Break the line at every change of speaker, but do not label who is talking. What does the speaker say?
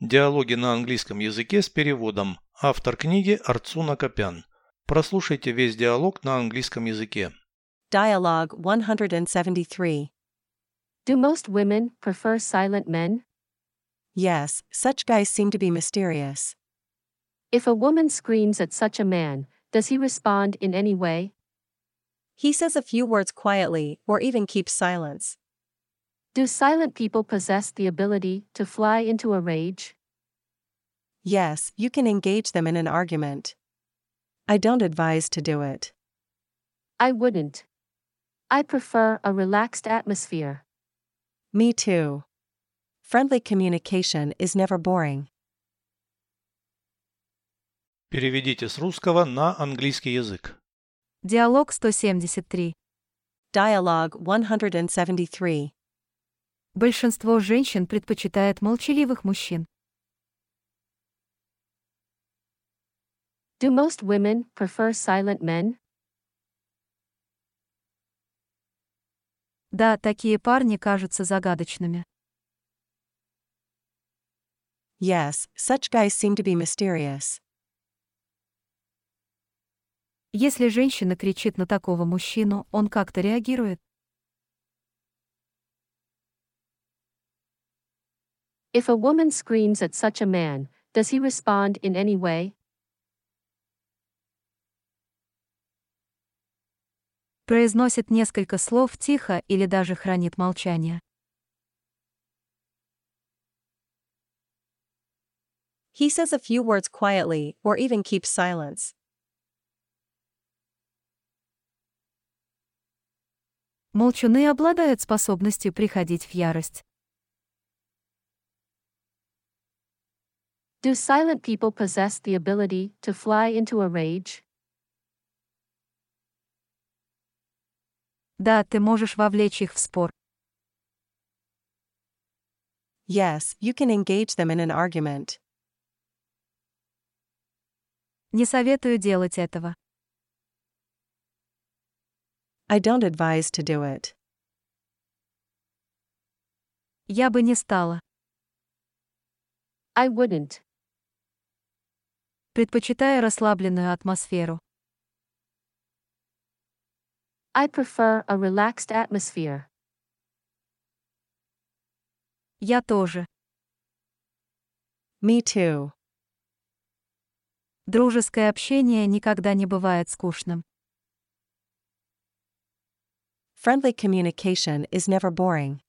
Диалоги на английском языке с переводом. Автор книги Арцуна Копян. Прослушайте весь диалог на английском языке.
Dialogue 173.
Do most women prefer silent men?
Yes, such guys seem to be mysterious.
If a woman screams at such a man, does he respond in any way?
He says a few words quietly or even keeps silence.
Do silent people possess the ability to fly into a rage?
Yes, you can engage them in an argument. I don't advise to do it.
I wouldn't. I prefer a relaxed atmosphere.
Me too. Friendly communication is never boring.
Переведите с русского на английский язык.
Диалог 173.
Dialogue 173.
Большинство женщин предпочитает молчаливых мужчин.
Do most women prefer silent men?
Да, такие парни кажутся загадочными.
Yes, such guys seem to be mysterious.
Если женщина кричит на такого мужчину, он как-то реагирует.
If a woman screams at such a man, does he respond in any way?
Произносит несколько слов тихо или даже хранит молчание.
He says a few words quietly or even keeps silence.
Молчуны обладают способностью приходить в ярость.
Do silent people possess the ability to fly into a rage?
Да, ты можешь вовлечь их в спор.
Yes, you can engage them in an argument.
Не советую делать этого.
I don't advise to do it.
Я бы не стала.
I wouldn't.
Предпочитаю расслабленную атмосферу.
I prefer a relaxed atmosphere.
Я тоже.
Me too.
Дружеское общение никогда не бывает скучным.
Friendly communication is never boring.